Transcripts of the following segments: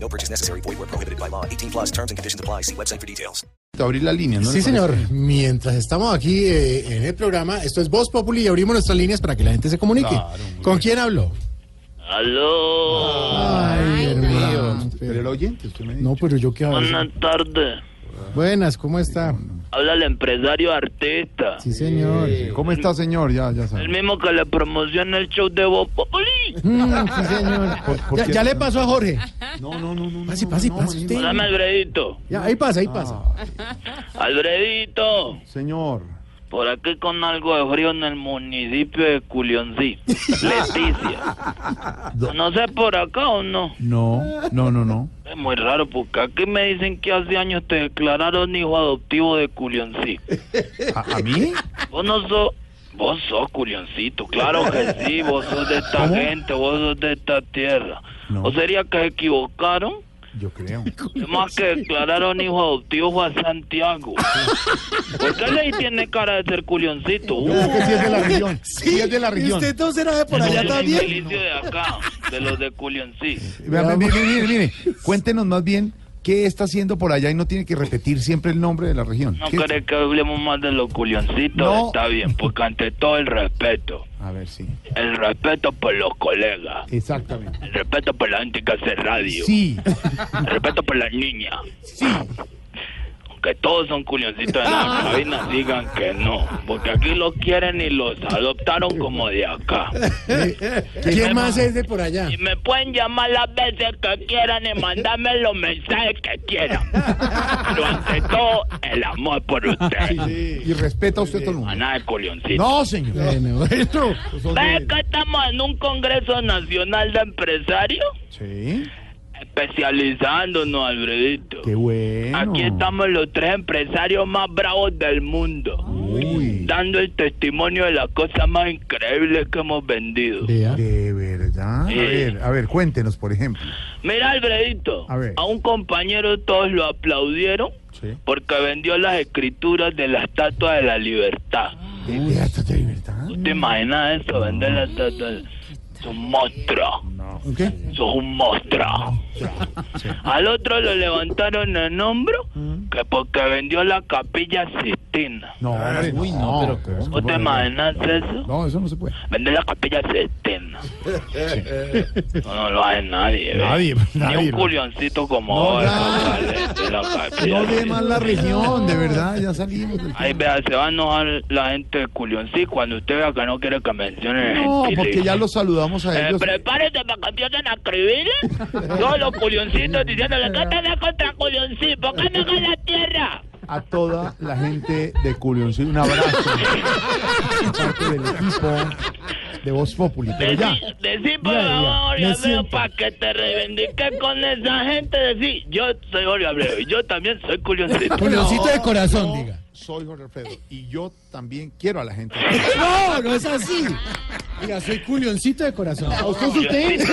No purchase necessary. Void where prohibited by law. 18 plus terms and conditions apply. See website for details. Abrir la línea, ¿no? Sí, ¿Le parece? señor. Mientras estamos aquí eh, en el programa, esto es Voz Populi y abrimos nuestras líneas para que la gente se comunique. Claro, muy ¿Con quién hablo? Aló, Ay, hermano. Pero el oyente, usted me dice. No, pero yo qué hablo. buenas tardes. Buenas, ¿cómo está? Habla el empresario artista. Sí, señor. ¿Cómo está, señor? Ya, ya sabe. El mismo que le promociona el show de Voz Populi. Mm, sí, señor. ¿Por- por Ya, qué? ya le pasó a Jorge. No, no, no, no. Pase, no, pase, no, pase no, usted. Dame Alfredito. Ya, ahí pasa, ahí pasa. Ah, Alfredito. Señor. Por aquí con algo de frío en el municipio de Culioncí. Leticia. ¿No sé por acá o no? No, no, no, no. Es muy raro porque aquí me dicen que hace años te declararon hijo adoptivo de Culioncí. ¿A, a mí? Vos no sos... Vos sos culioncito, claro que sí, vos sos de esta gente, vos sos de esta tierra. No. ¿O sería que se equivocaron? Yo creo. Es más que declararon hijo adoptivo fue a Santiago. ¿Por qué le tiene cara de ser culioncito? Uh, Creo que sí es de la región. Sí, es de la ¿Y región. usted entonces era de por vos allá sos también? infelicio de acá, de los de culioncito. Vea, Mire, mire, mire, mire. Cuéntenos más bien qué está haciendo por allá y no tiene que repetir siempre el nombre de la región. No ¿Qué- crees que hablemos más de los culioncitos, No. está bien, porque ante todo el respeto, A ver, sí. el respeto por los colegas, Exactamente. el respeto por la gente que hace radio. Sí, Respeto por las niñas. sí. Aunque todos son culioncitos en la cabina, digan que no. Porque aquí los quieren y los adoptaron como de acá. Eh, ¿Quién más es de por allá? Y me pueden llamar las veces que quieran y mandarme los mensajes que quieran. Pero ante todo, el amor por ustedes. Y respeta a usted todo el A mundo. nada de culioncito. No, señor. Pues Bueno, bueno. ¿Ves que estamos en un congreso nacional de empresarios? Sí. Especializándonos, Alfredito. Qué bueno. Aquí estamos los tres empresarios más bravos del mundo. Uy. dando el testimonio de las cosas más increíbles que hemos vendido. Vea. De verdad. A Sí. ver, a ver, cuéntenos, por ejemplo. Mira, Alfredito, A ver. a un compañero todos lo aplaudieron Sí. porque vendió las escrituras de la Estatua de la Libertad. De teatro de libertad. ¿Te imaginas eso? Vender la Estatua de Es un monstruo. ¿Qué? Sos un monstruo. Al otro lo levantaron en hombro Mm. que porque vendió la capilla Sistina. No, hombre, Ah, no, pero ¿cómo? ¿Vos te imaginas eso? No, eso no se puede. Vender la capilla Sistina. No, no lo hace nadie. ¿ves? Eh, Ni un culioncito como vos, compadre, de la capilla. No de más la región, de verdad, ya salimos del Ay, vea, se va a enojar la gente de culioncito cuando usted vea que no quiere que mencionen el No, gentilicio. porque ya los saludamos a Eh, ellos. prepárese para que empiecen a escribirle. Todos los culioncitos diciéndole, ¿qué tenés contra culioncito? ¿Por qué no con la tierra? A toda la gente de Culioncito, un abrazo. De parte del equipo de Voz Populi. Pero ya. Decí, decí, por favor, ya veo para que te reivindiques con esa gente. Decí, yo soy Jorge Abreu y yo también soy culioncito. Culeoncito de corazón, Yo diga. Soy Jorge Alfredo y yo también quiero a la gente. No, no es así. Diga, soy culioncito de corazón. ¿A usted es usted?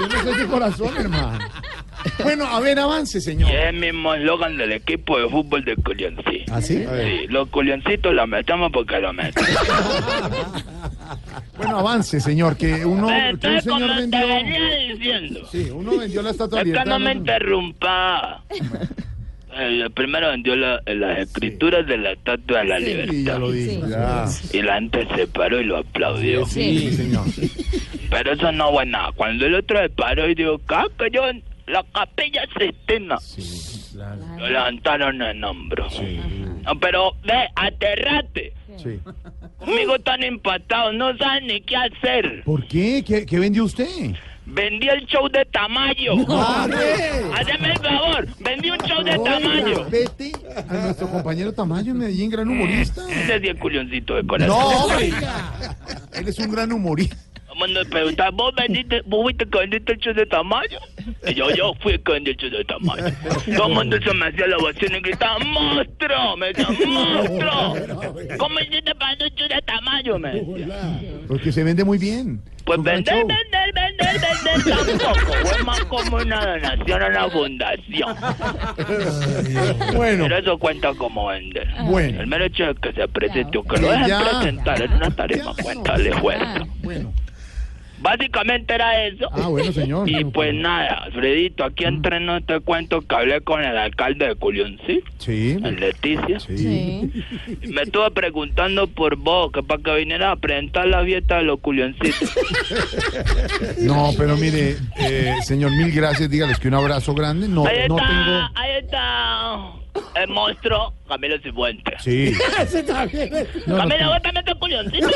Yo no soy de corazón, hermano. Bueno, a ver, avance, Y señor. es el mismo eslogan del equipo de fútbol de culioncito. ¿Así? A ver. Sí, los culioncitos la metemos porque la metemos. Bueno, avance, señor, que uno, que un Entonces, Eh, como señor te vendió... venía diciendo, Sí, uno vendió la estatua de es que libertad. no me ¿no? interrumpa. El primero vendió la- las escrituras de la Estatua de la Sí, ya Libertad. lo dijo. ya. Y la gente se paró y lo aplaudió. Sí, señor. Pero eso no fue nada. Cuando el otro se paró y dijo, "Ah, que yo en la capilla Sistina. Sí, claro. Lo levantaron en hombro. No, pero ve, aterrate. Sí. Conmigo están empatados, no saben ni qué hacer. ¿Por qué? ¿Qué, qué vendió usted? Vendí el show de Tamayo. ¡Hombre! Hazme el favor, vendí un show de Tamayo. Vete a nuestro compañero Tamayo en Medellín, gran Eh, humorista. Ese sí es culioncito de corazón. No, hombre. Él es un gran humorista. ¿Cómo cuando preguntas, ¿vos vendiste, vos fuiste candidato de tamaño? Y yo, yo fui candidato de tamaño. Todo el mundo se me hacía la bocina y gritaba, ¡monstruo! Me decía, ¡monstruo! ¿Cómo hiciste candidato de tamaño, me decía? Porque se vende muy bien. Pues Su gran vender, show. vender, vender, vender tampoco. Es más como una donación a una fundación. Bueno, Pero eso cuenta como vender. El Ah. bueno. mero hecho de que se presente o que lo dejen Ya. presentar en una tarima Ya. cuenta el esfuerzo. Bueno. Básicamente era eso. Ah, bueno, Mm. señor. Y No, pues nada, Fredito, aquí entre no te cuento que hablé con el alcalde de Culioncí, Sí. el Leticia. Sí. Sí. y Me estuvo preguntando por vos, que para que viniera a presentar la fiesta de los Culioncitos. No, pero mire, eh, señor, mil gracias. Dígales que un abrazo grande. No, ahí Oh, no está, tengo. ahí está el monstruo Camilo Cifuentes. Sí. No, no Camilo, tengo- vos también sos culioncito.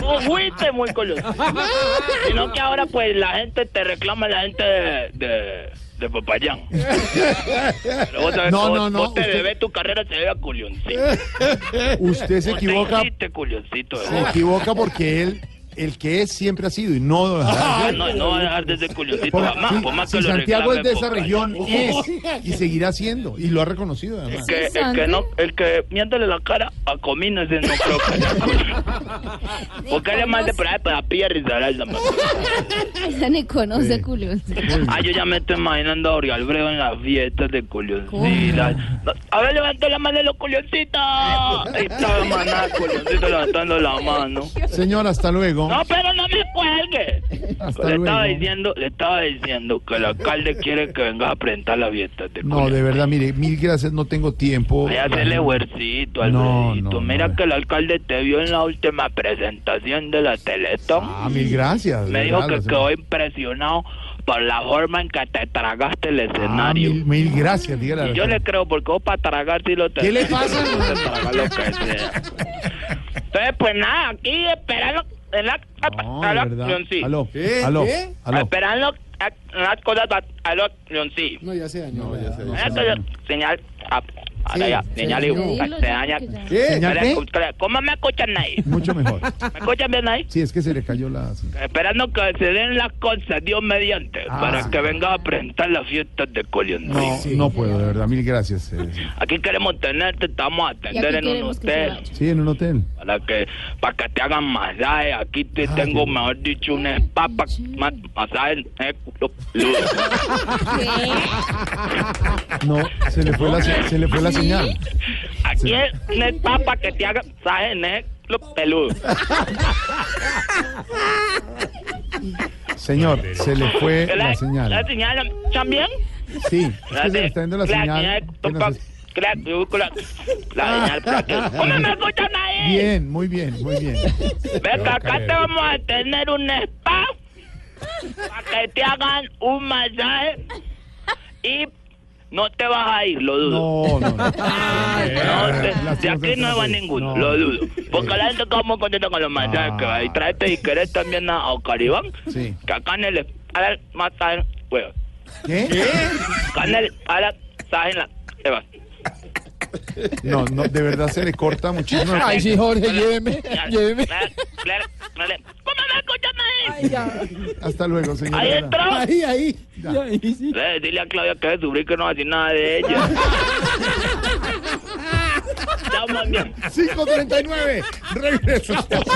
Vos fuiste muy culioncito. Sino que ahora pues la gente te reclama, la gente de, de, de Popayán. Pero vos sabés No, que vos, no, no, vos te usted- debes tu carrera, se debe a culioncito. Usted se Vos te equivoca. hiciste culioncito. de Se vos. equivoca porque él, el que es, siempre ha sido y no dejará de Ah, ser. No, no vas a dejar de ser culioncito Porque jamás, si- por más si que lo Santiago reclame pues, es de esa Popayán. región, es y seguirá siendo. Y lo ha reconocido además. Que, Sí, el que Santi. no, el que miéndole la cara a Comino ese no creo que sea Comino. Porque él es más de por ahí para Pía Rizaralda, me acuerdo. Esa ni conoce Sí. Julio. Mm. Ah, yo ya me estoy imaginando a Oriol Breo en las fiestas de culioncitas. A ver, levantó la mano de los culioncitos. Ahí estaba maná, culioncito levantando la mano. Señor, hasta luego. No, pero no me cuelgue. Hasta Le estaba luego. diciendo, le estaba diciendo que el alcalde quiere que venga a presentar las fiestas de No, de culioncitas. verdad, mire, mil gracias, no tengo tiempo. Voy a hacerle huercito, No, Alfredito. no, Mira no. que el alcalde te vio en la última presentación de la Teletón. Ah, mil gracias. de Me dijo verdad, que la señora. quedó impresionado por la forma en que te tragaste el Ah, escenario. mil, mil gracias, dígale. a la Yo le señora. creo porque vos para tragar si lo te ¿Qué le pasa? Te tragas lo que sea. Entonces, pues nada, aquí esperando en la, No, a de Ah, la verdad. Leoncí. Aló, aló, aló. Esperando a- las cosas a, a los Leoncí. No, ya se dañó. ya se Mira que señal a, a Sí, la- sí, señal y sí, se dilo, daña. dilo que ¿Qué? ¿Señal Espera, qué? escucha, ¿Cómo me escuchan ahí? Mucho mejor. ¿Me escuchan bien ahí? Sí, es que se le cayó la... Esperando que se den las cosas, Dios mediante, Ah. para que venga a presentar las fiestas de Coliontí. No, no puedo, de verdad, mil gracias. eh, sí. Aquí queremos tenerte, te vamos a atender en un queremos que se hotel. vaya. Sí, en un hotel. Para que, para que te hagan masaje, aquí te tengo, mejor dicho, un spa para masaje. eh, lo- lo- No, se le fue la, se se le fue la señal. Aquí es un spa para que te hagan masaje en el club peludo. Señor, se le fue la ¿La señal. señal también? Sí, es que se le está yendo la señal. apenas es- La señal, para que- ¿Cómo me escuchan ahí? Bien, muy bien, muy bien. Venga, acá te vamos a tener un spa para que te hagan un masaje y no te vas a ir, lo dudo. No, no, no. No, de, las eh, de cosas aquí no son va así. No. ninguno, lo dudo. Porque la gente está muy contenta con los masajes que va. Y tráete y querés también a Ocaribán, Sí. que acá en el a la- masaje, bueno, ¿Qué? acá en el a la- masaje en la- te vas. No, no, de verdad se le corta muchísimo. Ay, sí, Jorge, lléveme, Ya, lléveme. claro, claro, claro. ¿Cómo me escuchas, maíz? Hasta luego, señor. Ahí entró. Ahí, ahí. Eh, dile a Claudia que de sufrir que no va a decir nada de ella. Estamos bien. 5.39. Regresamos.